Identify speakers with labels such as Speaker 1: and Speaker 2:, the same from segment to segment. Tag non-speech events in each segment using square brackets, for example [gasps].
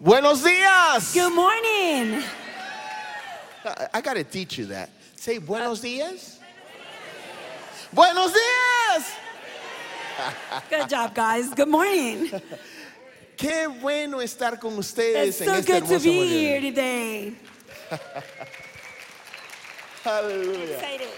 Speaker 1: Buenos días.
Speaker 2: Good morning.
Speaker 1: I, I got to teach you that. Say buenos días. Buenos días.
Speaker 2: Good job, guys. Good morning.
Speaker 1: Qué bueno estar con ustedes
Speaker 2: It's
Speaker 1: en
Speaker 2: so
Speaker 1: este
Speaker 2: good to
Speaker 1: hermoso
Speaker 2: be
Speaker 1: mañana.
Speaker 2: here today.
Speaker 1: Aleluya.
Speaker 2: Excited.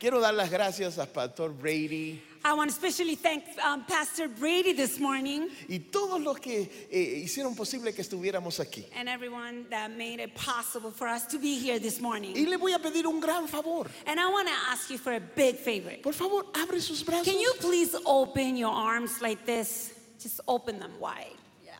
Speaker 1: Quiero dar las gracias a Pastor Brady
Speaker 2: I want to especially thank um, Pastor Brady this morning
Speaker 1: y todos los que eh, hicieron posible que estuviéramos aquí.
Speaker 2: and everyone that made it possible for us to be here this
Speaker 1: Y
Speaker 2: morning.
Speaker 1: le voy a pedir un gran favor.
Speaker 2: And I want to ask you for a big favor.
Speaker 1: Por favor, abre sus brazos.
Speaker 2: Can you please open your arms like this? Just open them wide. Yeah.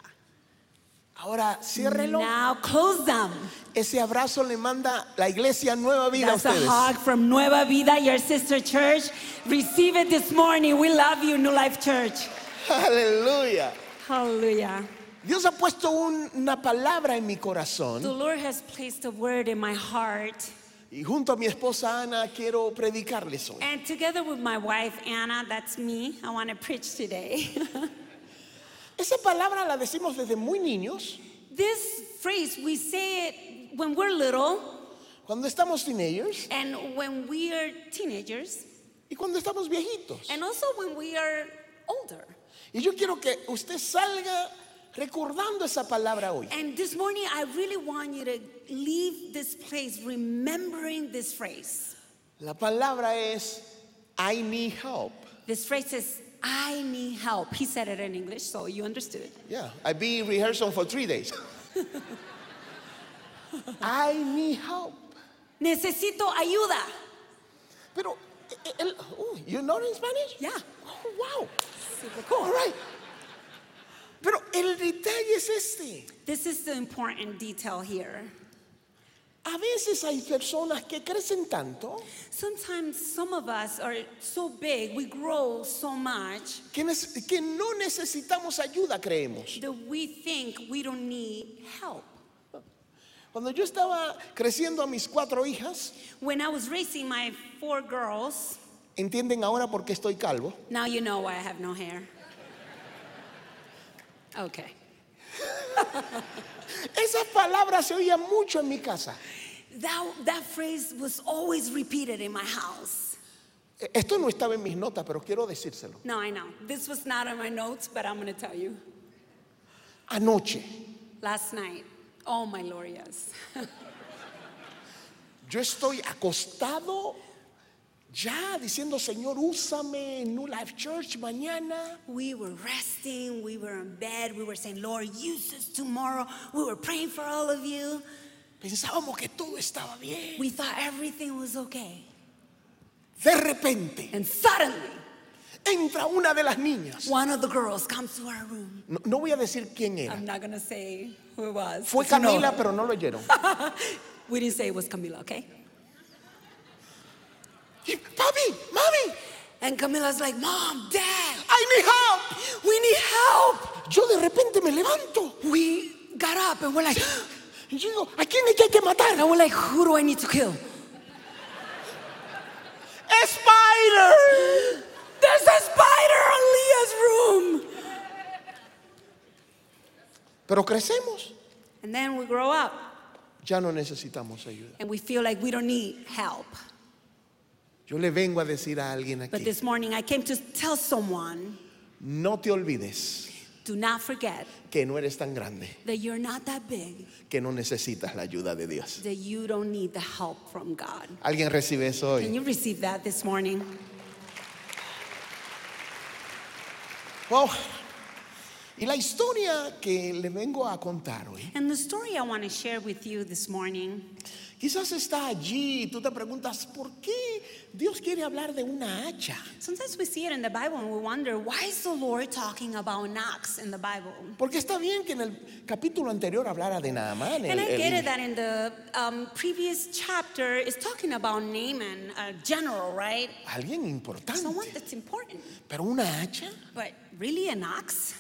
Speaker 1: Ahora ciérrelo.
Speaker 2: Now close them.
Speaker 1: Ese abrazo le manda la iglesia Nueva Vida
Speaker 2: That's
Speaker 1: a
Speaker 2: a
Speaker 1: ustedes.
Speaker 2: hug from Nueva Vida, your sister church. Receive it this morning. We love you, New Life Church.
Speaker 1: Aleluya.
Speaker 2: Hallelujah.
Speaker 1: Dios ha puesto un- una palabra en mi
Speaker 2: The
Speaker 1: corazón
Speaker 2: Lord has placed a word in my heart.
Speaker 1: y junto a mi esposa Ana quiero predicarles hoy.
Speaker 2: And together with my wife, Anna, that's me, I want to preach today. [laughs]
Speaker 1: Esa palabra la decimos desde muy niños,
Speaker 2: this phrase, we say it when we're little
Speaker 1: cuando estamos teenagers
Speaker 2: and when we are teenagers,
Speaker 1: y cuando estamos viejitos.
Speaker 2: and also when we are older.
Speaker 1: Y yo quiero que usted salga recordando esa palabra hoy.
Speaker 2: And this morning, I really want you to leave this place remembering this phrase.
Speaker 1: La palabra es I need help.
Speaker 2: This phrase is, I need help. He said it in English, so you understood.
Speaker 1: Yeah, I've been rehearsing for three days. [laughs] I need help.
Speaker 2: Necesito ayuda.
Speaker 1: Pero, eh, el- oh, you know in Spanish?
Speaker 2: Yeah.
Speaker 1: Oh, wow. All right. Pero el detalle es este.
Speaker 2: This is the important detail here.
Speaker 1: A veces hay personas que crecen tanto
Speaker 2: Sometimes some of us are so big, we grow so much
Speaker 1: que, nece- que no necesitamos ayuda, creemos.
Speaker 2: that we think we don't need help.
Speaker 1: Cuando yo estaba creciendo a mis cuatro hijas,
Speaker 2: When I was raising my four girls,
Speaker 1: entienden ahora por qué estoy calvo.
Speaker 2: now you know why I have no hair. Okay.
Speaker 1: Esas palabras se oían mucho en mi casa.
Speaker 2: That, that phrase was always repeated in my house.
Speaker 1: Eh, Esto no estaba en mis notas, pero quiero decírselo.
Speaker 2: No, I know. This was not on my notes, but I'm going to tell you.
Speaker 1: Anoche
Speaker 2: Last night, oh my Lord, yes.
Speaker 1: yo estoy acostado ya diciendo, Señor, úsame en New Life Church mañana.
Speaker 2: We were resting, we were in bed, we were saying, Lord, use us tomorrow. We were praying for all of you.
Speaker 1: Pensábamos que todo estaba bien.
Speaker 2: We thought everything was okay.
Speaker 1: De repente
Speaker 2: And suddenly,
Speaker 1: entra una de las niñas.
Speaker 2: one of the girls comes to our room.
Speaker 1: No, no voy a decir quién era.
Speaker 2: I'm not gonna say who it was.
Speaker 1: Fue
Speaker 2: You know
Speaker 1: Camila,
Speaker 2: it.
Speaker 1: pero no lo oyeron.
Speaker 2: We didn't say it was Camila, okay?
Speaker 1: Y, Papi, mami,
Speaker 2: And Camila's like, Mom, Dad,
Speaker 1: I need help.
Speaker 2: we need help.
Speaker 1: Yo de repente me levanto.
Speaker 2: We got up and we're like, [gasps]
Speaker 1: Y yo digo, ¿a quién es que hay que matar?
Speaker 2: and we're like, who do I need to kill?
Speaker 1: ¡Spider!
Speaker 2: There's a spider on Leah's room.
Speaker 1: Pero crecemos.
Speaker 2: And then we grow up
Speaker 1: Ya no necesitamos ayuda.
Speaker 2: and we feel like we don't need help.
Speaker 1: Yo le vengo a decir a alguien
Speaker 2: But
Speaker 1: aquí,
Speaker 2: this morning I came to tell someone
Speaker 1: no te olvides
Speaker 2: do not forget
Speaker 1: que no eres tan grande,
Speaker 2: that you're not that big,
Speaker 1: que no necesitas la ayuda de Dios.
Speaker 2: that you don't need the help from God.
Speaker 1: ¿Alguien recibe eso
Speaker 2: Can
Speaker 1: hoy?
Speaker 2: you receive that this morning?
Speaker 1: Wow. Y la historia que le vengo a contar hoy
Speaker 2: And the story I want to share with you this morning,
Speaker 1: Quizás está allí y tú te preguntas, ¿por qué Dios quiere hablar de una hacha?
Speaker 2: sometimes we see it in the Bible and we wonder why is the Lord talking about an ox in the Bible?
Speaker 1: Porque está bien que en el capítulo anterior hablara de Naamán. el-
Speaker 2: And I
Speaker 1: el-
Speaker 2: get it that in the um, previous chapter it's talking about Naaman, a general, right?
Speaker 1: alguien importante.
Speaker 2: Someone that's important.
Speaker 1: Pero una hacha.
Speaker 2: But really, an ox?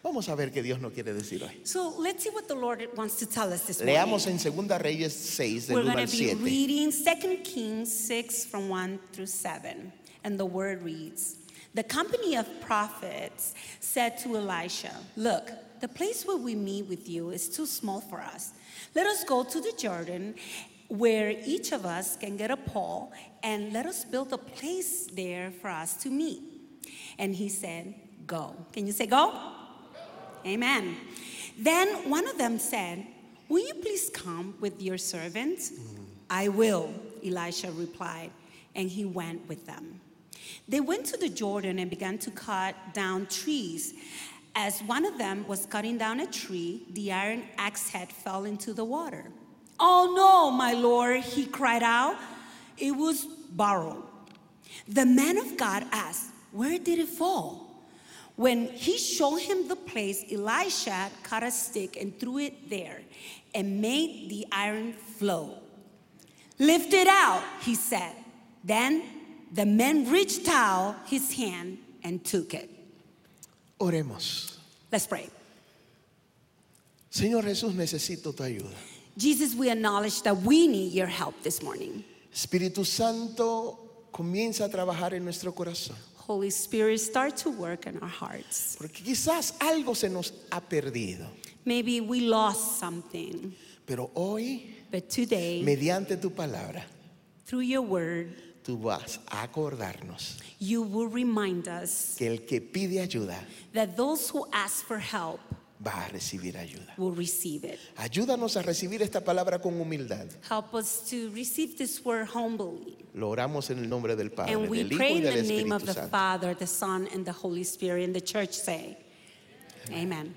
Speaker 1: Vamos a ver qué Dios nos quiere decir hoy.
Speaker 2: So let's see what the Lord wants to tell us this morning.
Speaker 1: Leamos en 2 Reyes 6, del
Speaker 2: We're
Speaker 1: 1
Speaker 2: going
Speaker 1: al
Speaker 2: to be
Speaker 1: 7.
Speaker 2: reading 2 Kings 6 from 1 through 7. And the word reads The company of prophets said to Elisha, Look, the place where we meet with you is too small for us. Let us go to the Jordan where each of us can get a pole and let us build a place there for us to meet. And he said, Go. Can you say go? Amen. Then one of them said, Will you please come with your servants? I will, Elisha replied, and he went with them. They went to the Jordan and began to cut down trees. As one of them was cutting down a tree, the iron axe head fell into the water. Oh no, my lord, he cried out. It was borrowed. The man of God asked, Where did it fall? When he showed him the place, Elisha cut a stick and threw it there and made the iron flow. Lift it out, he said. Then the man reached out his hand and took it.
Speaker 1: Oremos.
Speaker 2: Let's pray.
Speaker 1: Señor Jesús, necesito tu ayuda.
Speaker 2: Jesus, we acknowledge that we need your help this morning.
Speaker 1: Espíritu Santo, comienza a trabajar en nuestro corazón.
Speaker 2: Holy Spirit, start to work in our hearts.
Speaker 1: Porque quizás algo se nos ha perdido.
Speaker 2: Maybe we lost something,
Speaker 1: Pero hoy,
Speaker 2: but today,
Speaker 1: mediante tu palabra,
Speaker 2: through your word,
Speaker 1: tú vas a acordarnos
Speaker 2: you will remind us
Speaker 1: que el que pide ayuda
Speaker 2: that those who ask for help
Speaker 1: va a recibir ayuda.
Speaker 2: will receive it.
Speaker 1: Ayúdanos a recibir esta palabra con humildad.
Speaker 2: Help us to receive this word humbly.
Speaker 1: Lo oramos en el nombre del Padre,
Speaker 2: And we
Speaker 1: del Hijo
Speaker 2: pray
Speaker 1: y
Speaker 2: in
Speaker 1: del
Speaker 2: the name
Speaker 1: Espíritu
Speaker 2: of the
Speaker 1: Santo.
Speaker 2: Father, the Son, and the Holy Spirit, and the church say, Amen.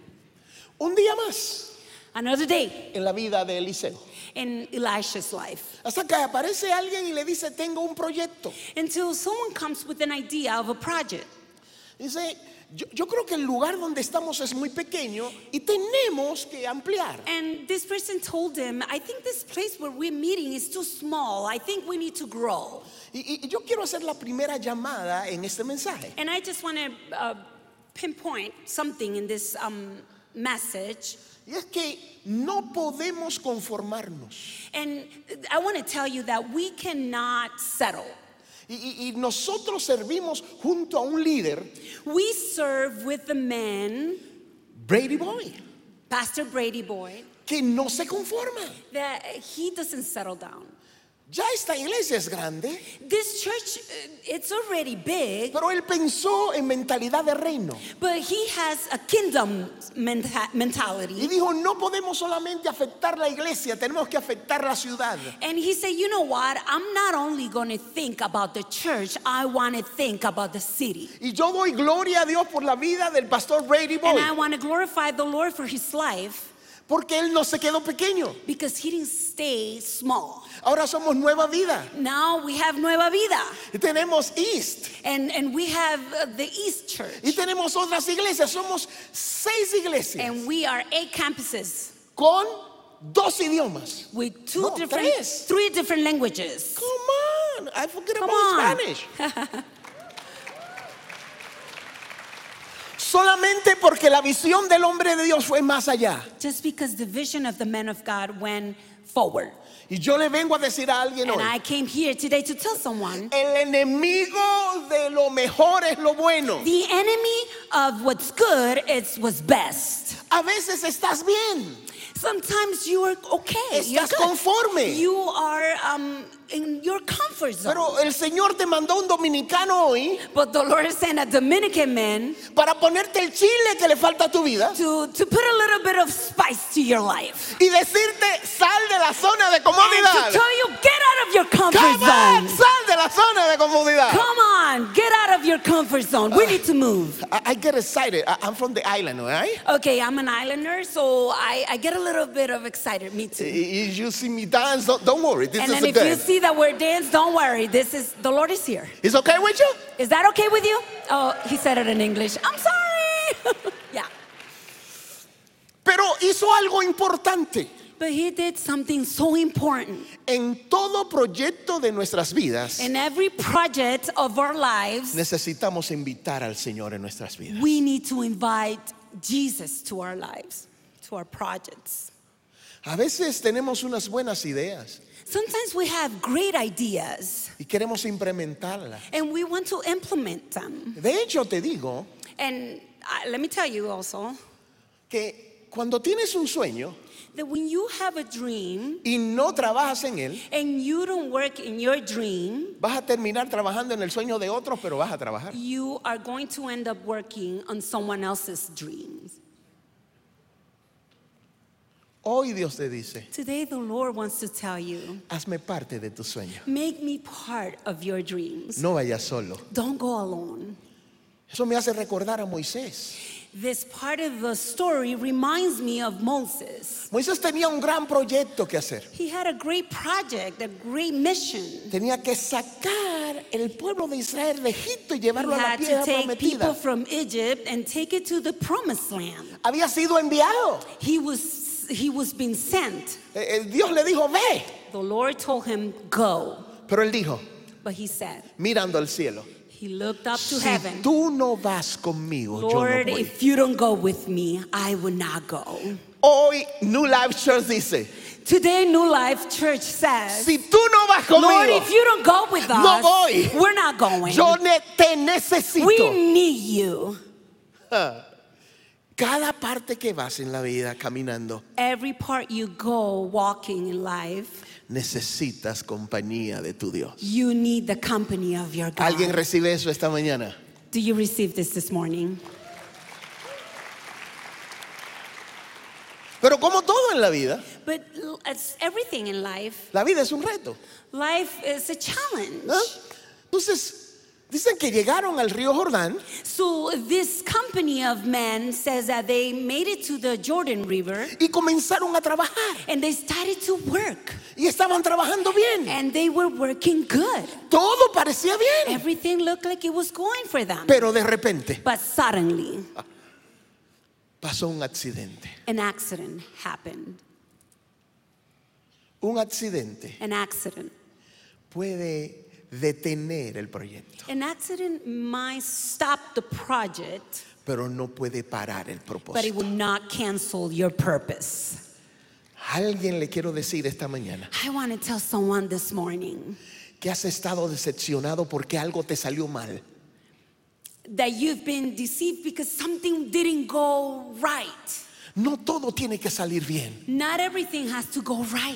Speaker 1: Un día más
Speaker 2: Another day
Speaker 1: en la vida de Eliseo.
Speaker 2: in Elisha's life.
Speaker 1: Hasta que aparece alguien y le dice, tengo un proyecto.
Speaker 2: Until someone comes with an idea of a project.
Speaker 1: Dice, yo, yo creo que el lugar donde estamos es muy pequeño y tenemos que ampliar.
Speaker 2: And this person told him, I think this place where we're meeting is too small. I think we need to grow.
Speaker 1: Y, y yo quiero hacer la primera llamada en este mensaje.
Speaker 2: And I just want to uh, pinpoint something in this um, message.
Speaker 1: Y es que no podemos conformarnos.
Speaker 2: And I want to tell you that we cannot settle.
Speaker 1: Y, y- y nosotros servimos junto a un líder,
Speaker 2: We serve with the man,
Speaker 1: Brady Boy,
Speaker 2: Pastor Brady Boy,
Speaker 1: que no se conforma.
Speaker 2: that he doesn't settle down.
Speaker 1: Ya esta iglesia es grande,
Speaker 2: This church, uh, it's already big,
Speaker 1: pero él pensó en mentalidad de reino.
Speaker 2: but he has a kingdom menta- mentality.
Speaker 1: Y dijo, no podemos solamente afectar la iglesia, tenemos que afectar la ciudad.
Speaker 2: And he said, You know what? I'm not only going to think about the church, I want to think about the city.
Speaker 1: Y yo doy gloria a Dios por la vida del pastor Brady Boy,
Speaker 2: And I want to glorify the Lord for his life
Speaker 1: porque él no se quedó pequeño.
Speaker 2: because he didn't stay small.
Speaker 1: Ahora somos nueva vida.
Speaker 2: Now we have Nueva Vida
Speaker 1: Y tenemos East
Speaker 2: and, and we have uh, the East Church.
Speaker 1: y tenemos otras iglesias. Somos seis iglesias
Speaker 2: And we are eight campuses
Speaker 1: con dos idiomas.
Speaker 2: with two
Speaker 1: No,
Speaker 2: different,
Speaker 1: tres.
Speaker 2: three different languages.
Speaker 1: Come on, I forget
Speaker 2: Come
Speaker 1: about
Speaker 2: on. [laughs]
Speaker 1: Spanish. Solamente porque la visión del hombre de Dios fue más allá.
Speaker 2: Just because the vision of the men of God went forward.
Speaker 1: Y yo le vengo a decir a alguien
Speaker 2: And
Speaker 1: hoy,
Speaker 2: I came here today to tell someone
Speaker 1: el enemigo de lo mejor es lo bueno.
Speaker 2: The enemy of what's good is what's best.
Speaker 1: A veces estás bien,
Speaker 2: Sometimes you are okay. You're
Speaker 1: estás
Speaker 2: good.
Speaker 1: conforme.
Speaker 2: You are um, in your comfort zone.
Speaker 1: Pero el Señor te mandó un dominicano hoy
Speaker 2: but the Lord sent a Dominican man
Speaker 1: para ponerte el chile que le falta a tu vida
Speaker 2: to, to put a little bit of spice to your life.
Speaker 1: y decirte, sal de la zona de
Speaker 2: And to
Speaker 1: comodidad.
Speaker 2: tell you, get out of your comfort
Speaker 1: Come on,
Speaker 2: zone.
Speaker 1: sal de la zona de comodidad.
Speaker 2: Come on, get out of your comfort zone. We need to move.
Speaker 1: I, I get excited. I, am from the island, all right?
Speaker 2: Okay, I'm an islander, so I, I get a little bit of excited. Me
Speaker 1: I-
Speaker 2: too.
Speaker 1: If you see me dance, don't, don't worry. This
Speaker 2: And
Speaker 1: is
Speaker 2: then
Speaker 1: a
Speaker 2: if you
Speaker 1: good.
Speaker 2: see that we're danced, don't worry. This is the Lord is here.
Speaker 1: It's okay with you?
Speaker 2: Is that okay with you? Oh, he said it in English. I'm sorry. [laughs] yeah.
Speaker 1: Pero hizo algo importante.
Speaker 2: But he did something so important.
Speaker 1: En todo proyecto de nuestras vidas,
Speaker 2: In every project of our lives,
Speaker 1: necesitamos invitar al Señor en nuestras vidas.
Speaker 2: we need to invite Jesus to our lives, to our projects.
Speaker 1: A veces tenemos unas buenas ideas
Speaker 2: Sometimes we have great ideas
Speaker 1: y queremos implementarlas.
Speaker 2: and we want to implement them.
Speaker 1: De hecho, te digo,
Speaker 2: uh, And I, let me tell you also,
Speaker 1: que cuando tienes un sueño
Speaker 2: That when you have a dream
Speaker 1: y no trabajas en él,
Speaker 2: and you don't work in your dream,
Speaker 1: vas a terminar trabajando en el sueño de otros, pero vas a trabajar.
Speaker 2: you are going to end up working on someone else's dreams.
Speaker 1: Hoy Dios te dice,
Speaker 2: Today, the Lord wants to tell you
Speaker 1: hazme parte de tu sueño.
Speaker 2: make me part of your dreams.
Speaker 1: No vayas solo.
Speaker 2: Don't go alone.
Speaker 1: Eso me hace recordar a Moisés.
Speaker 2: This part of the story reminds me of Moses.
Speaker 1: Moisés tenía un gran proyecto que hacer.
Speaker 2: He had a great project, a great mission.
Speaker 1: Tenía que sacar el pueblo de Israel de Egipto y
Speaker 2: He
Speaker 1: llevarlo a la
Speaker 2: had to
Speaker 1: tierra
Speaker 2: take people
Speaker 1: prometida.
Speaker 2: from Egypt and take it to the promised land.
Speaker 1: Había sido enviado.
Speaker 2: He was, he was being sent.
Speaker 1: Eh, eh, Dios le dijo, ve.
Speaker 2: The Lord told him, Go.
Speaker 1: Pero él dijo,
Speaker 2: But he said,
Speaker 1: mirando al cielo,
Speaker 2: He looked up to
Speaker 1: si
Speaker 2: heaven.
Speaker 1: tú no vas conmigo, yo
Speaker 2: Lord,
Speaker 1: no voy.
Speaker 2: if you don't go with me, I will not go.
Speaker 1: Hoy New Life Church dice,
Speaker 2: Today, New Life Church says,
Speaker 1: si tú no vas
Speaker 2: Lord,
Speaker 1: conmigo,
Speaker 2: if you don't go with
Speaker 1: No
Speaker 2: us,
Speaker 1: voy.
Speaker 2: we're not going.
Speaker 1: yo ne- te necesito.
Speaker 2: we need you.
Speaker 1: Cada parte que vas en la vida caminando,
Speaker 2: Every part you go walking in life,
Speaker 1: necesitas compañía de tu Dios.
Speaker 2: you need the company of your God.
Speaker 1: ¿Alguien recibe eso esta mañana?
Speaker 2: Do you receive this this morning?
Speaker 1: Pero como todo en la vida,
Speaker 2: But l- it's everything in life.
Speaker 1: la vida es un reto.
Speaker 2: Life is a challenge.
Speaker 1: ¿no? Entonces, dicen que llegaron al río Jordán
Speaker 2: So this company of men says that they made it to the Jordan River
Speaker 1: y comenzaron a trabajar.
Speaker 2: and they started to work
Speaker 1: Y estaban trabajando bien.
Speaker 2: and they were working good.
Speaker 1: Todo parecía bien.
Speaker 2: Everything looked like it was going for them.
Speaker 1: Pero de repente
Speaker 2: But suddenly,
Speaker 1: pasó un accidente.
Speaker 2: an accident happened.
Speaker 1: Un accidente
Speaker 2: An accident.
Speaker 1: puede detener el proyecto,
Speaker 2: An accident might stop the project,
Speaker 1: pero no puede parar el
Speaker 2: but it
Speaker 1: propósito.
Speaker 2: will not cancel your purpose.
Speaker 1: A alguien le quiero decir esta mañana
Speaker 2: I want to tell someone this morning
Speaker 1: que has estado decepcionado porque algo te salió mal.
Speaker 2: that you've been deceived because something didn't go right.
Speaker 1: No todo tiene que salir bien,
Speaker 2: Not everything has to go right,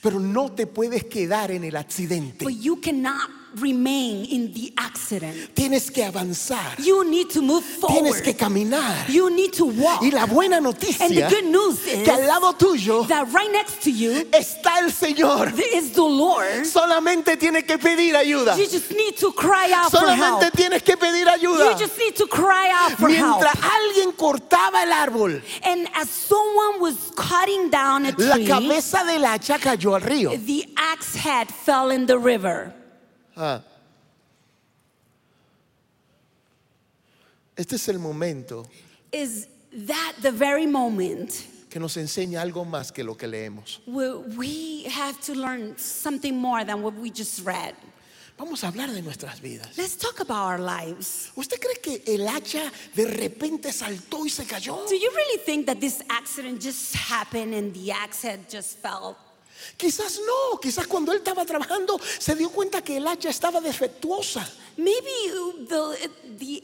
Speaker 1: pero no te puedes quedar en el accidente.
Speaker 2: but you cannot remain in the accident.
Speaker 1: Tienes que avanzar,
Speaker 2: You need to move
Speaker 1: tienes
Speaker 2: forward.
Speaker 1: que caminar.
Speaker 2: You need to walk.
Speaker 1: Y la buena
Speaker 2: And the
Speaker 1: noticia
Speaker 2: good news is
Speaker 1: que al lado tuyo
Speaker 2: that right next to you
Speaker 1: está el Señor.
Speaker 2: there is the Lord.
Speaker 1: Solamente tienes que pedir ayuda.
Speaker 2: You just need to cry out for help.
Speaker 1: Solamente tienes que pedir ayuda.
Speaker 2: You just need to cry out for help.
Speaker 1: Mientras alguien cortaba el árbol,
Speaker 2: And as someone was cutting down a
Speaker 1: la
Speaker 2: tree,
Speaker 1: cabeza del hacha cayó al río.
Speaker 2: the axe head fell in the river.
Speaker 1: Ah. Este es el momento
Speaker 2: Is that the very moment
Speaker 1: que nos enseña algo más que lo que leemos.
Speaker 2: where we have to learn something more than what we just read?
Speaker 1: Vamos a hablar de nuestras vidas.
Speaker 2: Let's talk about our lives.
Speaker 1: ¿Usted cree que el hacha de repente saltó y se cayó?
Speaker 2: Do you really think that this accident just happened and the axe head just fell?
Speaker 1: Quizás no, quizás cuando él estaba trabajando se dio cuenta que el hacha estaba defectuosa.
Speaker 2: Maybe the, the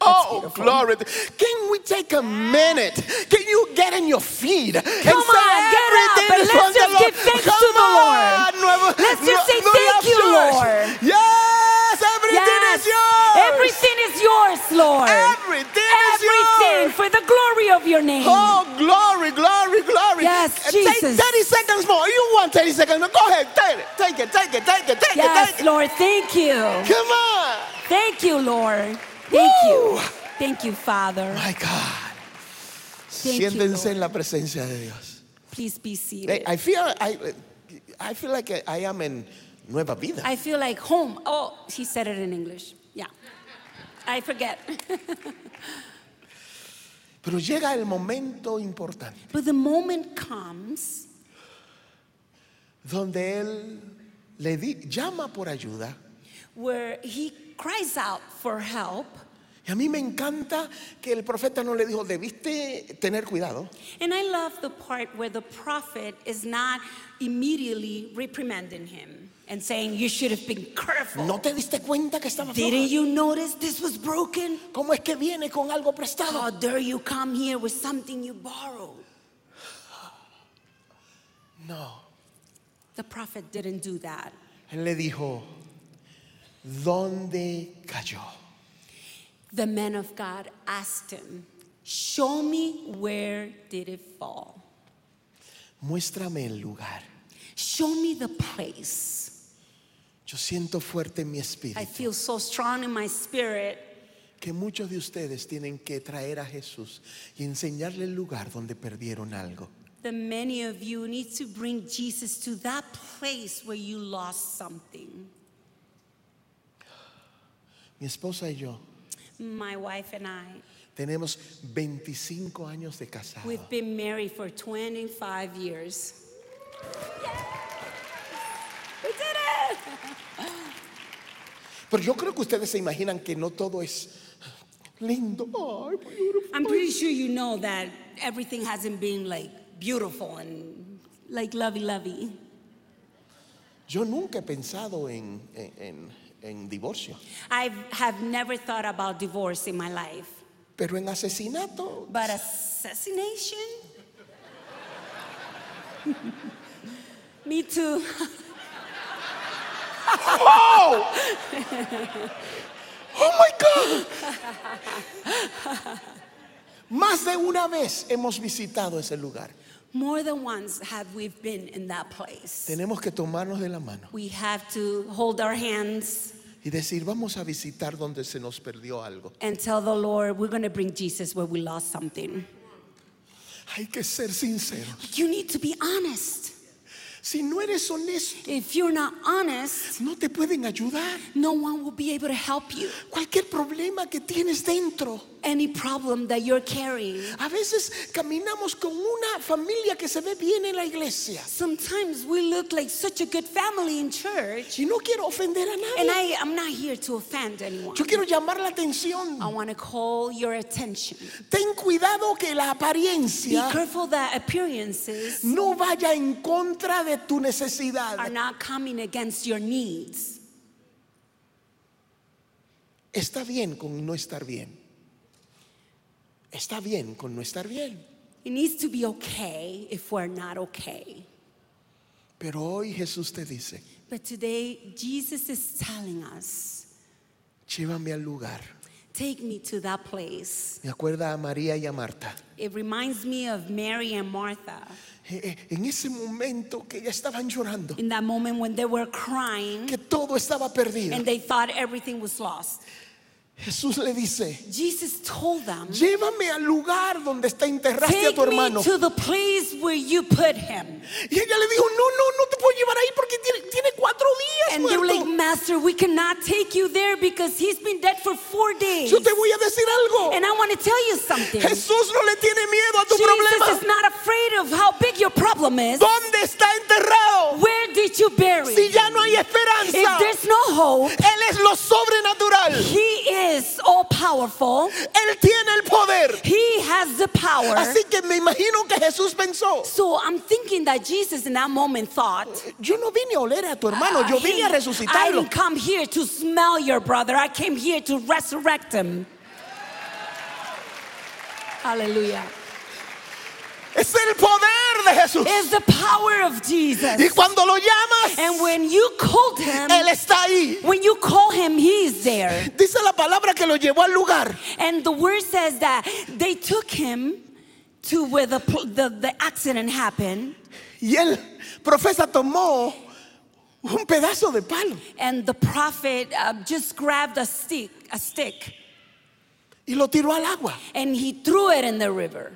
Speaker 2: That's
Speaker 1: Oh,
Speaker 2: beautiful.
Speaker 1: glory. Can we take a minute? Can you get in your feet? Come
Speaker 2: on, get up and let's just give thanks to the Lord. Let's just say thank you, Lord.
Speaker 1: Yes, everything
Speaker 2: Yes,
Speaker 1: is yours.
Speaker 2: everything is yours, Lord.
Speaker 1: Everything is
Speaker 2: Everything
Speaker 1: yours.
Speaker 2: for the glory of your name.
Speaker 1: Oh, glory, glory, glory.
Speaker 2: Yes,
Speaker 1: Uh, Take
Speaker 2: Jesus.
Speaker 1: 30 seconds more. You want 30 seconds more. Go ahead. Take it. Take it. Take it. Take it. Take it.
Speaker 2: Yes,
Speaker 1: Take
Speaker 2: Lord, thank you.
Speaker 1: it. Come on.
Speaker 2: Thank you, Lord. Thank
Speaker 1: Woo!
Speaker 2: you. Thank you, Father.
Speaker 1: My God.
Speaker 2: Thank you,
Speaker 1: Siéntense
Speaker 2: Lord.
Speaker 1: en la presencia de Dios.
Speaker 2: Please be
Speaker 1: Hey,
Speaker 2: seated.
Speaker 1: I feel I, I feel like I am in nueva vida.
Speaker 2: I feel like home. Oh, he said it in English. Yeah. I forget. [laughs]
Speaker 1: Pero llega el momento importante
Speaker 2: but the moment comes
Speaker 1: donde él le di- llama por ayuda.
Speaker 2: where he cries out for help.
Speaker 1: Y a mí me encanta que el profeta no le dijo, debiste tener cuidado.
Speaker 2: And I love the part where the prophet is not immediately reprimanding him and saying, You should have been careful.
Speaker 1: ¿No te diste cuenta que estaba floja?
Speaker 2: Didn't you notice this was broken?
Speaker 1: ¿Cómo es que viene con algo prestado?
Speaker 2: How dare you come here with something you borrowed?
Speaker 1: No.
Speaker 2: The prophet didn't do that.
Speaker 1: Él le dijo, ¿dónde cayó?
Speaker 2: The man of God asked him, Show me where did it fall?
Speaker 1: Muéstrame el lugar.
Speaker 2: Show me the place.
Speaker 1: Yo siento fuerte en mi espíritu
Speaker 2: I feel so strong in my spirit
Speaker 1: que muchos de ustedes tienen que traer a Jesús y enseñarle el lugar donde perdieron algo.
Speaker 2: that many of you need to bring Jesus to that place where you lost something.
Speaker 1: Mi esposa y yo
Speaker 2: My wife and I,
Speaker 1: tenemos 25 años de casado.
Speaker 2: we've been married for 25 years. Yay! We did it!
Speaker 1: Pero yo creo que ustedes se imaginan que no todo es lindo. Ay, beautiful.
Speaker 2: I'm pretty sure you know that everything hasn't been like beautiful and like lovey lovey.
Speaker 1: Yo nunca he pensado en, en- en- en divorcio,
Speaker 2: I have never thought about divorce in my life,
Speaker 1: pero en asesinato
Speaker 2: but assassination? [laughs] Me too.
Speaker 1: Oh! [laughs] Oh my God! Más de una vez hemos visitado ese lugar.
Speaker 2: More than once have we been in that place.
Speaker 1: Tenemos que tomarnos de la mano
Speaker 2: We have to hold our hands
Speaker 1: y decir, vamos a visitar donde se nos perdió algo.
Speaker 2: and tell the Lord, we're going to bring Jesus where we lost something.
Speaker 1: Hay que ser sinceros.
Speaker 2: You need to be honest.
Speaker 1: Si no eres honesto,
Speaker 2: If you're not honest,
Speaker 1: no te pueden ayudar.
Speaker 2: no one will be able to help you.
Speaker 1: Cualquier problema que tienes dentro.
Speaker 2: any problem that you're carrying.
Speaker 1: A veces caminamos con una familia que se ve bien en la iglesia.
Speaker 2: Sometimes we look like such a good family in church,
Speaker 1: Y no quiero ofender a
Speaker 2: and
Speaker 1: nadie.
Speaker 2: I am not here to offend anyone.
Speaker 1: Yo quiero llamar la atención.
Speaker 2: I want to call your attention.
Speaker 1: Ten cuidado que la
Speaker 2: Be
Speaker 1: apariencia
Speaker 2: careful that appearances
Speaker 1: no vaya en contra de tu
Speaker 2: are
Speaker 1: necesidad.
Speaker 2: not coming against your needs.
Speaker 1: Está bien con no estar bien. Está bien con no estar bien.
Speaker 2: It needs to be okay if we're not okay.
Speaker 1: Pero hoy Jesús te dice,
Speaker 2: But today, Jesus is telling us
Speaker 1: llévame al lugar
Speaker 2: Take me to that place.
Speaker 1: Me acuerda a María y a Marta.
Speaker 2: It reminds me of Mary and Martha.
Speaker 1: Eh, eh, En ese momento que ya estaban llorando,
Speaker 2: In that moment when they were crying
Speaker 1: que todo estaba perdido,
Speaker 2: and they thought everything was lost,
Speaker 1: Jesús le dice,
Speaker 2: Jesus told them,
Speaker 1: llévame al lugar donde está enterraste a
Speaker 2: Take
Speaker 1: tu hermano.
Speaker 2: me to the place where you put him.
Speaker 1: Y ella le dijo, no, no, no te puedo llevar ahí porque tiene, tiene cuatro días.
Speaker 2: And they were
Speaker 1: muerto.
Speaker 2: like, Master, we cannot take you there because he's been dead for four days.
Speaker 1: Yo te voy a decir algo.
Speaker 2: And I want to tell you something.
Speaker 1: Jesús no le tiene miedo a tu
Speaker 2: Jesus
Speaker 1: problema.
Speaker 2: is not afraid of how big your problem is.
Speaker 1: ¿Dónde está enterrado?
Speaker 2: Where did you bury?
Speaker 1: Si ya no hay esperanza,
Speaker 2: If there's no hope,
Speaker 1: Él es lo sobrenatural.
Speaker 2: He is all powerful.
Speaker 1: Él tiene el poder.
Speaker 2: He has the power.
Speaker 1: Así que me imagino que Jesús pensó,
Speaker 2: So I'm thinking that Jesus in that moment thought,
Speaker 1: yo no vine a oler a tu hermano, yo vine
Speaker 2: "Hey,
Speaker 1: a
Speaker 2: I
Speaker 1: resucitarlo.
Speaker 2: didn't come here to smell your brother. I came here to resurrect him. Hallelujah.
Speaker 1: Es el poder de Jesús.
Speaker 2: It's the power of Jesus.
Speaker 1: Y cuando lo llamas,
Speaker 2: And when you called him,
Speaker 1: Él está ahí.
Speaker 2: when you call him, he is there.
Speaker 1: Dice la palabra que lo llevó al lugar.
Speaker 2: And the word says that they took him to where the, pl- the, the accident happened.
Speaker 1: Y el profeta tomó un pedazo de palo
Speaker 2: And the prophet uh, just grabbed a stick, a stick,
Speaker 1: y lo tiró al agua.
Speaker 2: and he threw it in the river.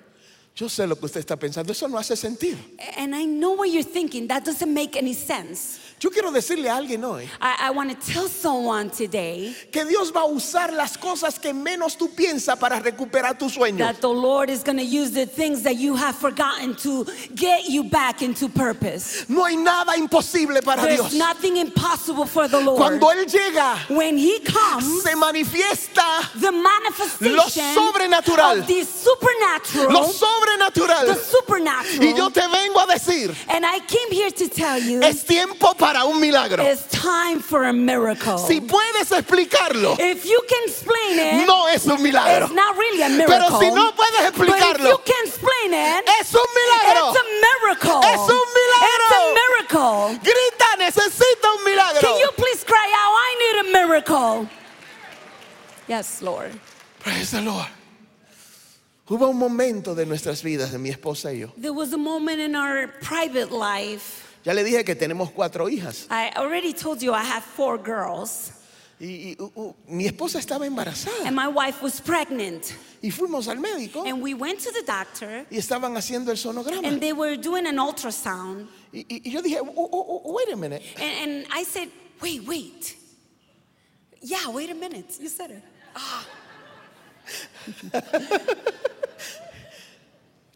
Speaker 1: Yo sé lo que usted está pensando, eso no hace sentido.
Speaker 2: And I know what you're thinking. That doesn't make any sense.
Speaker 1: Yo quiero decirle a alguien hoy
Speaker 2: I, I want to tell someone today
Speaker 1: que Dios va a usar las cosas que menos tú piensas para recuperar tu sueño.
Speaker 2: that the Lord is going to use the things that you have forgotten to get you back into purpose.
Speaker 1: No hay nada imposible para Dios.
Speaker 2: There's nothing impossible for the Lord.
Speaker 1: Cuando Él llega,
Speaker 2: When He comes,
Speaker 1: se manifiesta
Speaker 2: the manifestation
Speaker 1: sobrenatural.
Speaker 2: of the supernatural,
Speaker 1: lo
Speaker 2: the
Speaker 1: sobrenatural.
Speaker 2: supernatural.
Speaker 1: Y yo te vengo a decir,
Speaker 2: and I came here to tell you.
Speaker 1: es tiempo para un milagro.
Speaker 2: It's time for a miracle.
Speaker 1: Si puedes explicarlo,
Speaker 2: if you can explain it,
Speaker 1: no es un milagro.
Speaker 2: it's not really a miracle.
Speaker 1: Pero si no puedes
Speaker 2: but if you
Speaker 1: explicarlo,
Speaker 2: can explain it,
Speaker 1: es un milagro.
Speaker 2: it's a miracle.
Speaker 1: Es un milagro.
Speaker 2: It's a miracle.
Speaker 1: Grita, necesita un milagro.
Speaker 2: Can you please cry out, I need a miracle? Yes, Lord.
Speaker 1: Praise the Lord. Hubo un momento de nuestras vidas, de mi esposa y yo.
Speaker 2: There was a moment in our private life.
Speaker 1: Ya le dije que tenemos cuatro hijas.
Speaker 2: I already told you I have four girls,
Speaker 1: Y, y, uh, uh, mi esposa estaba embarazada.
Speaker 2: and my wife was pregnant.
Speaker 1: Y fuimos al médico
Speaker 2: And we went to the doctor,
Speaker 1: y estaban haciendo el sonograma.
Speaker 2: and they were doing an ultrasound.
Speaker 1: Y, y- y yo dije, "Oh, oh, oh, wait a minute.
Speaker 2: And, and I said, wait, wait. Yeah, wait a minute. You said it.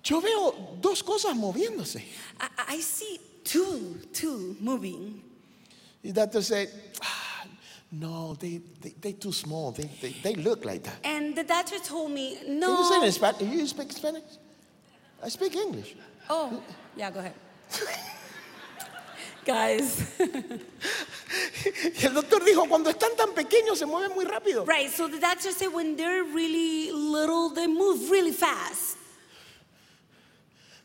Speaker 1: Yo veo dos cosas moviéndose.
Speaker 2: I, I- I see two, two moving.
Speaker 1: Y doctor said, "Ah, no, they, they, they too small. They, they, they look like that.
Speaker 2: And the doctor told me,
Speaker 1: Can you say it
Speaker 2: no.
Speaker 1: in Spanish? You speak Spanish? I speak English. [laughs]
Speaker 2: Oh, yeah, go ahead. Guys. [laughs]
Speaker 1: Y el doctor dijo, cuando están tan pequeños se mueven muy rápido.
Speaker 2: Right, so the doctor said when they're really little, they move really fast.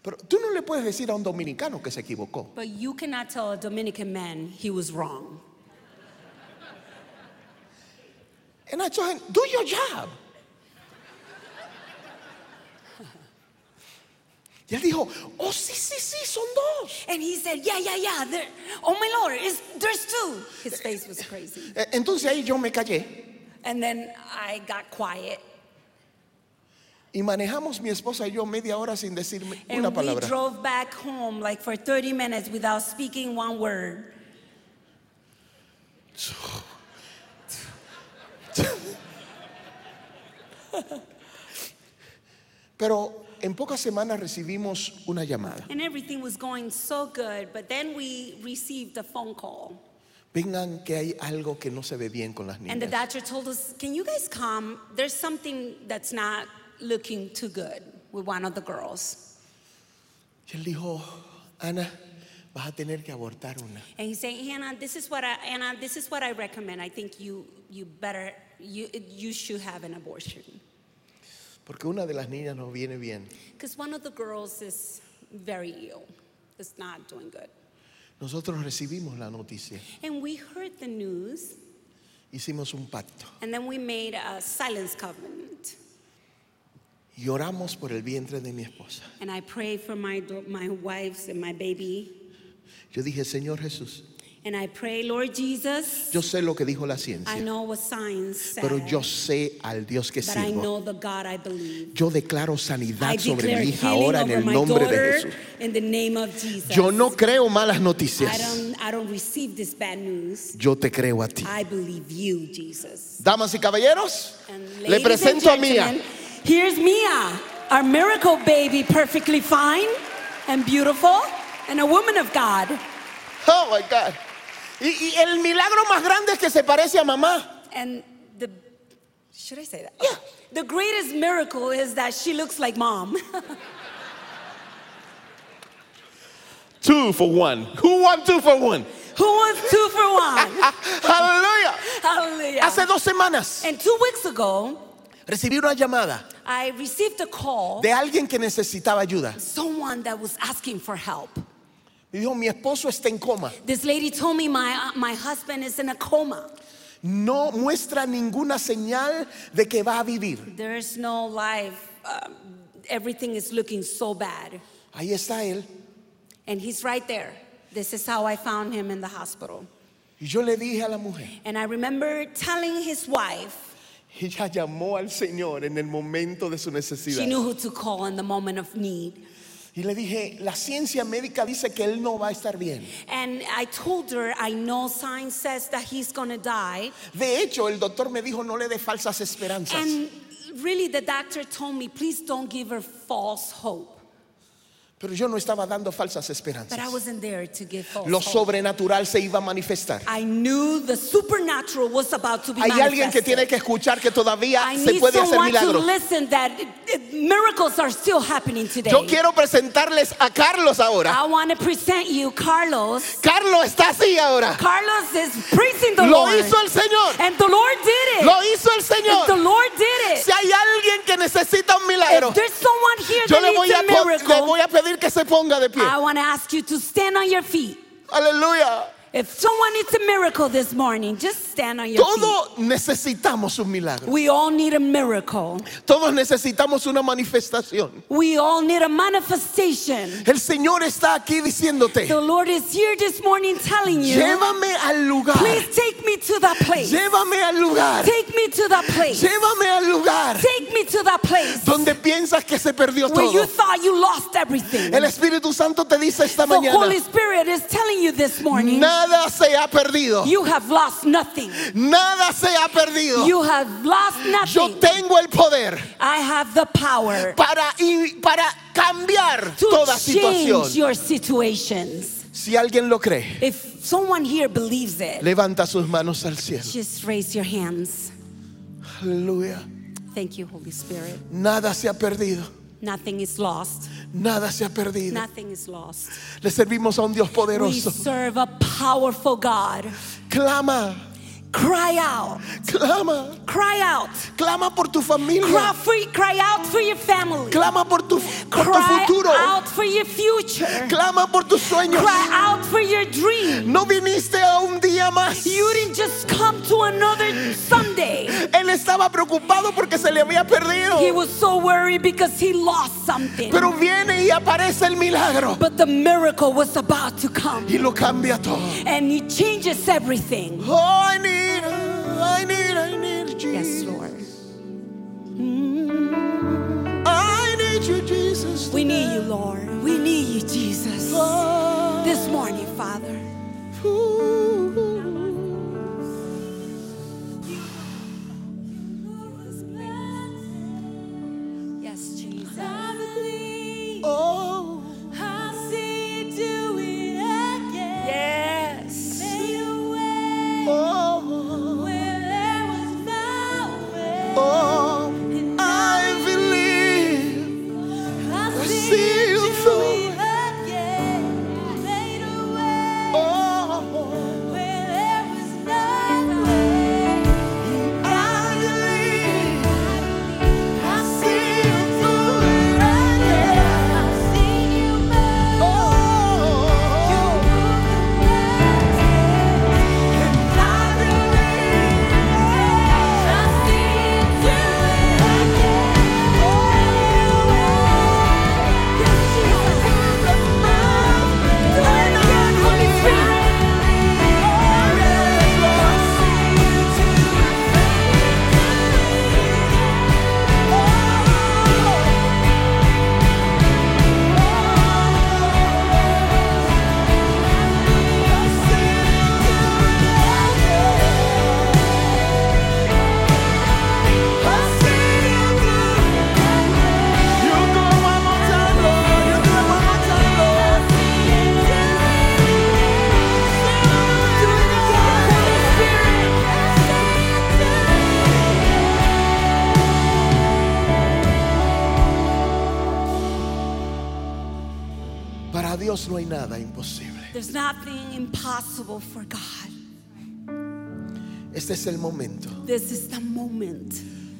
Speaker 1: Pero tú no le puedes decir a un dominicano que se equivocó.
Speaker 2: But you cannot tell a Dominican man he was wrong.
Speaker 1: And I told him, do your job. Y él dijo, oh, sí, sí, sí, son dos.
Speaker 2: And he said, yeah, yeah, yeah. there- Oh my Lord, it's, there's two. His face was crazy.
Speaker 1: Eh, Entonces ahí yo me callé
Speaker 2: And then I got quiet.
Speaker 1: y manejamos mi esposa y yo media hora sin decirme
Speaker 2: And
Speaker 1: una
Speaker 2: we
Speaker 1: palabra.
Speaker 2: drove back home like for 30 minutes without speaking one word.
Speaker 1: Pero en pocas semanas recibimos una llamada.
Speaker 2: And everything was going so good, but then we received a phone call.
Speaker 1: Vengan que hay algo que no se ve bien con las
Speaker 2: And the
Speaker 1: niñas.
Speaker 2: doctor told us, Can you guys come? There's something that's not looking too good with one of the girls.
Speaker 1: Y él dijo, Ana, vas a tener que abortar una.
Speaker 2: And he said, Hannah, this is what I Anna, this is what I recommend. I think you you better you you should have an abortion.
Speaker 1: Porque una de las niñas no viene bien.
Speaker 2: Because one of the girls is very ill. It's not doing good.
Speaker 1: Nosotros recibimos la noticia
Speaker 2: And we heard the news
Speaker 1: hicimos un pacto
Speaker 2: And then we made a silence covenant.
Speaker 1: y oramos por el vientre de mi esposa.
Speaker 2: And I prayed for my, do- my wives and my baby.
Speaker 1: Yo dije, Señor Jesús,
Speaker 2: And I pray, Lord Jesus,
Speaker 1: yo sé lo que dijo la
Speaker 2: I
Speaker 1: ciencia,
Speaker 2: know what science said,
Speaker 1: pero yo sé al Dios que
Speaker 2: but I
Speaker 1: sirvo.
Speaker 2: know the God I believe.
Speaker 1: Yo declaro sanidad
Speaker 2: I
Speaker 1: sobre
Speaker 2: declare
Speaker 1: mi hija
Speaker 2: healing
Speaker 1: ahora en
Speaker 2: over
Speaker 1: el
Speaker 2: my
Speaker 1: nombre de
Speaker 2: daughter
Speaker 1: Jesús.
Speaker 2: in the name of Jesus.
Speaker 1: Yo no creo malas
Speaker 2: I
Speaker 1: noticias.
Speaker 2: don't, I don't receive this bad news.
Speaker 1: Yo te creo a ti.
Speaker 2: I believe you, Jesus.
Speaker 1: Damas y caballeros,
Speaker 2: And
Speaker 1: le
Speaker 2: ladies and
Speaker 1: presento a Mía.
Speaker 2: gentlemen, Here's Mia, our miracle baby, perfectly fine and beautiful, and a woman of God.
Speaker 1: Oh my God. Y, y el milagro más grande es que se parece a mamá.
Speaker 2: And the should I say that?
Speaker 1: Yeah.
Speaker 2: The greatest miracle is that she looks like mom. [laughs]
Speaker 1: Two for one. Who won two for one?
Speaker 2: Who wants two for one?
Speaker 1: Ah, Aleluya.
Speaker 2: [laughs] Hallelujah.
Speaker 1: Hace dos semanas
Speaker 2: And two weeks ago,
Speaker 1: recibí una llamada
Speaker 2: I received a call.
Speaker 1: de alguien que necesitaba ayuda.
Speaker 2: someone that was asking for help.
Speaker 1: Me dijo, mi esposo está en coma.
Speaker 2: This lady told me my, uh, my husband is in a coma.
Speaker 1: No muestra ninguna señal de que va a vivir.
Speaker 2: There's no life. Um, everything is looking so bad.
Speaker 1: Ahí está él.
Speaker 2: And he's right there. This is how I found him in the hospital.
Speaker 1: Y yo le dije a la mujer,
Speaker 2: And I remember telling his wife,
Speaker 1: ella llamó al Señor en el momento de su necesidad.
Speaker 2: she knew who to call in the moment of need.
Speaker 1: Y le dije, la ciencia médica dice que él no va a estar bien.
Speaker 2: And I told her, I know science says that he's gonna die.
Speaker 1: De hecho, el doctor me dijo, no le dé falsas esperanzas.
Speaker 2: And really, the doctor told me, please don't give her false hope.
Speaker 1: Pero yo no estaba dando falsas
Speaker 2: But I
Speaker 1: esperanzas.
Speaker 2: wasn't there to give false
Speaker 1: Lo
Speaker 2: hope.
Speaker 1: sobrenatural se iba a manifestar.
Speaker 2: I knew the supernatural was about to be
Speaker 1: Hay alguien que
Speaker 2: manifested.
Speaker 1: tiene que escuchar que todavía
Speaker 2: I
Speaker 1: se
Speaker 2: need
Speaker 1: puede hacer
Speaker 2: someone to
Speaker 1: milagros.
Speaker 2: listen that it- it- miracles are still happening today.
Speaker 1: Yo quiero presentarles a Carlos ahora.
Speaker 2: I want to present you Carlos.
Speaker 1: Carlos está así ahora.
Speaker 2: Carlos is praising the
Speaker 1: Lo
Speaker 2: Lord.
Speaker 1: hizo el Señor.
Speaker 2: and the Lord did it.
Speaker 1: Lo hizo el
Speaker 2: And the
Speaker 1: Señor.
Speaker 2: Lord did it.
Speaker 1: Si hay alguien que necesita un milagro,
Speaker 2: If there's someone here
Speaker 1: yo
Speaker 2: that
Speaker 1: le voy,
Speaker 2: needs
Speaker 1: a,
Speaker 2: a
Speaker 1: po- le
Speaker 2: miracle, Ah.
Speaker 1: voy a pedir que se ponga de pie.
Speaker 2: I want to ask you to stand on your feet.
Speaker 1: Aleluya.
Speaker 2: If someone needs a miracle this morning, just stand on your feet.
Speaker 1: Todos necesitamos un milagro.
Speaker 2: We all need a miracle.
Speaker 1: Todos necesitamos una manifestación.
Speaker 2: We all need a manifestation.
Speaker 1: El Señor está aquí diciéndote,
Speaker 2: The Lord is here this morning telling you,
Speaker 1: llévame al lugar,
Speaker 2: please take me to that place.
Speaker 1: llévame al lugar,
Speaker 2: Take me to that place.
Speaker 1: llévame al lugar
Speaker 2: Take me to that place
Speaker 1: donde piensas que se perdió
Speaker 2: where you
Speaker 1: todo.
Speaker 2: thought you lost everything.
Speaker 1: El
Speaker 2: The
Speaker 1: Espíritu Santo te dice esta
Speaker 2: Holy
Speaker 1: mañana,
Speaker 2: Spirit is telling you this morning,
Speaker 1: nada se ha perdido,
Speaker 2: you have lost nothing.
Speaker 1: nada se ha perdido.
Speaker 2: You have lost
Speaker 1: Yo
Speaker 2: nothing.
Speaker 1: tengo el poder
Speaker 2: I have the power
Speaker 1: para, i- para cambiar toda
Speaker 2: to change
Speaker 1: situación.
Speaker 2: your situations.
Speaker 1: Si alguien lo cree,
Speaker 2: If someone here believes it,
Speaker 1: levanta sus manos al cielo.
Speaker 2: just raise your hands.
Speaker 1: Aleluya.
Speaker 2: Thank you, Holy Spirit.
Speaker 1: Nada se ha perdido,
Speaker 2: Nothing is lost.
Speaker 1: nada se ha perdido.
Speaker 2: Nothing is lost.
Speaker 1: Le servimos a un Dios
Speaker 2: We
Speaker 1: poderoso.
Speaker 2: serve a powerful God.
Speaker 1: Clama,
Speaker 2: Cry out.
Speaker 1: clama,
Speaker 2: Cry out.
Speaker 1: clama por tu
Speaker 2: Cry,
Speaker 1: familia,
Speaker 2: for, cry out for your family.
Speaker 1: clama por tu, por tu
Speaker 2: Cry
Speaker 1: futuro,
Speaker 2: out for your future.
Speaker 1: clama por tus sueños.
Speaker 2: Cry out for your dream.
Speaker 1: No viniste a un día más.
Speaker 2: You didn't just come to another Sunday.
Speaker 1: Él estaba preocupado porque se le había
Speaker 2: He
Speaker 1: perdido,
Speaker 2: was so worried because he lost something.
Speaker 1: pero viene y aparece el milagro
Speaker 2: But the miracle was about to come.
Speaker 1: y lo cambia todo.
Speaker 2: And he changes everything.
Speaker 1: Oh, I need, I need, I need
Speaker 2: Yes,
Speaker 1: Jesus.
Speaker 2: Lord.
Speaker 1: I need you, Jesus.
Speaker 2: We need you, Lord. We need you, Jesus.
Speaker 1: Oh,
Speaker 2: This morning, Father.
Speaker 1: ooh.
Speaker 2: Yes, Jesus. I believe
Speaker 1: Oh.
Speaker 2: I see you do it again. Yes.
Speaker 1: Oh.
Speaker 2: where there was no way.
Speaker 1: Oh, I believe
Speaker 2: I
Speaker 1: I
Speaker 2: see
Speaker 1: see you through.
Speaker 2: you again. Made a way
Speaker 1: Oh, oh. hay nada imposible.
Speaker 2: There's nothing impossible for God.
Speaker 1: Este es el momento
Speaker 2: This is the moment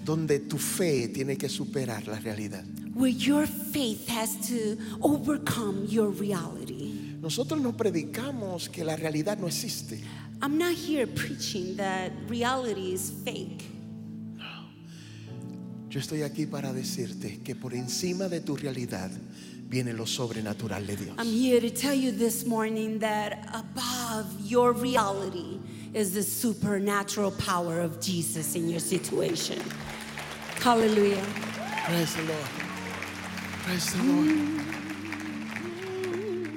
Speaker 1: donde tu fe tiene que superar la realidad.
Speaker 2: where your faith has to overcome your reality.
Speaker 1: Nosotros no predicamos que la realidad no existe.
Speaker 2: I'm not here preaching that reality is fake.
Speaker 1: Yo estoy aquí para decirte que por encima de tu realidad viene lo sobrenatural de Dios.
Speaker 2: I'm here to tell you this morning that above your reality is the supernatural power of Jesus in your situation. Hallelujah.
Speaker 1: Praise the Lord. Praise the Lord.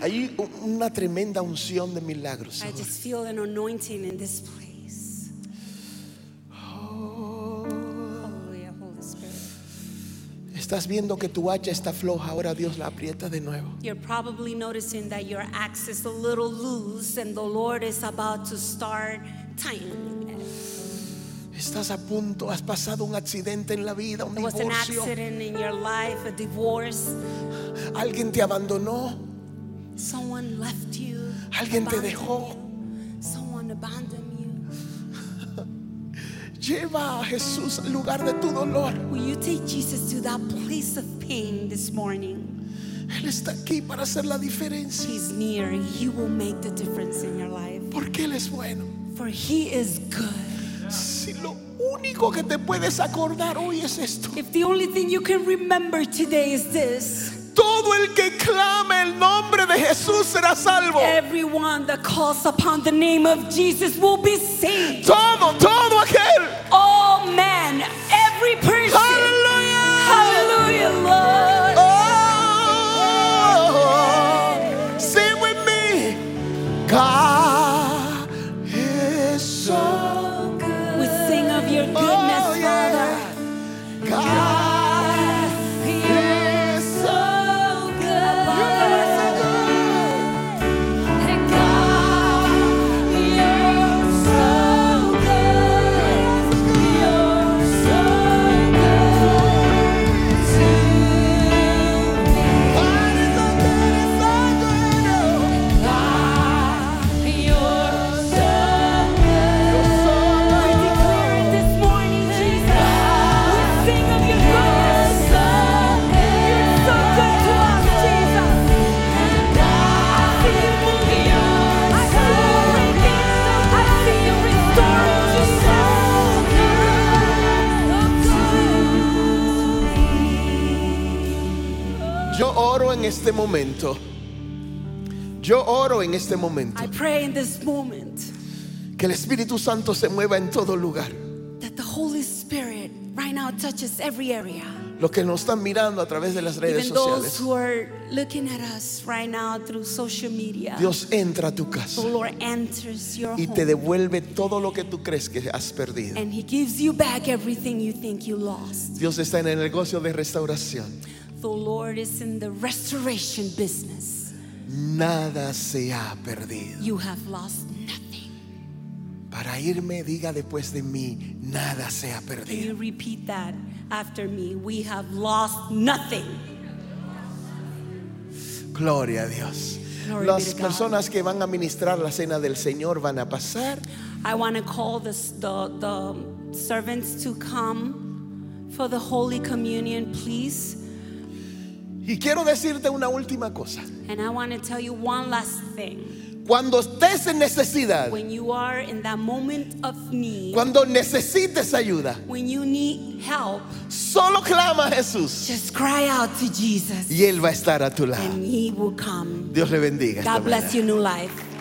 Speaker 1: Hay u- una tremenda unción de milagros.
Speaker 2: I
Speaker 1: ahora.
Speaker 2: just feel an anointing in this place. Hallelujah, Holy Spirit.
Speaker 1: Estás viendo que tu hacha está floja, ahora Dios la aprieta de nuevo.
Speaker 2: You're probably noticing that your axe is a little loose and the Lord is about to start tightening it.
Speaker 1: Estás a punto, has pasado un accidente en la vida, un
Speaker 2: There was an
Speaker 1: divorcio,
Speaker 2: accident in your life, a divorce,
Speaker 1: alguien te abandonó,
Speaker 2: someone left you,
Speaker 1: Alguien te
Speaker 2: abandoned
Speaker 1: dejó.
Speaker 2: you, someone abandoned you.
Speaker 1: Lleva a Jesús al lugar de tu dolor.
Speaker 2: Will you take Jesus to that place of pain this morning?
Speaker 1: Él está aquí para hacer la diferencia.
Speaker 2: He's near, He will make the difference in your life,
Speaker 1: Porque Él es bueno.
Speaker 2: for He is good.
Speaker 1: Si lo único que te puedes acordar hoy es esto.
Speaker 2: If the only thing you can remember today is this,
Speaker 1: Todo el que clame el nombre de Jesús será salvo.
Speaker 2: everyone that calls upon the name of Jesus will be saved.
Speaker 1: Todo, todo aquel.
Speaker 2: All men, every person.
Speaker 1: Aleluya.
Speaker 2: Hallelujah, Lord.
Speaker 1: Oh, sing with me. God is so
Speaker 2: We sing of your goodness,
Speaker 1: Oh, yeah.
Speaker 2: Father.
Speaker 1: God is so good. Yo oro en este momento. Yo oro en este momento.
Speaker 2: I pray in this moment
Speaker 1: Que el Espíritu Santo se mueva en todo lugar.
Speaker 2: that the Holy Spirit right now touches every area.
Speaker 1: Los que nos están mirando a través de las redes
Speaker 2: Even those
Speaker 1: sociales.
Speaker 2: who are looking at us right now through social media,
Speaker 1: Dios entra a tu
Speaker 2: the
Speaker 1: casa
Speaker 2: Lord enters your
Speaker 1: y te
Speaker 2: home
Speaker 1: devuelve todo lo que tú crees que has perdido.
Speaker 2: and He gives you back everything you think you lost.
Speaker 1: Dios está en el negocio de restauración.
Speaker 2: The Lord is in the restoration business.
Speaker 1: Nada se ha perdido.
Speaker 2: You have lost nothing.
Speaker 1: Para irme, diga después de mí, nada se ha
Speaker 2: Can
Speaker 1: perdido.
Speaker 2: you repeat that after me? We have lost nothing.
Speaker 1: Gloria a Dios.
Speaker 2: Glory be
Speaker 1: Las
Speaker 2: to God.
Speaker 1: personas que van a ministrar la cena del Señor van a pasar.
Speaker 2: I want to call the, the, the servants to come for the Holy Communion, please.
Speaker 1: Y quiero decirte una última cosa.
Speaker 2: And I want to tell you one last thing.
Speaker 1: Cuando estés en necesidad,
Speaker 2: When you are in that moment of need,
Speaker 1: cuando necesites ayuda,
Speaker 2: when you need help,
Speaker 1: solo clama a Jesús
Speaker 2: just cry out to Jesus
Speaker 1: y Él va a estar a tu lado.
Speaker 2: and He will come.
Speaker 1: Dios le bendiga. esta
Speaker 2: God bless
Speaker 1: mañana.
Speaker 2: your new life.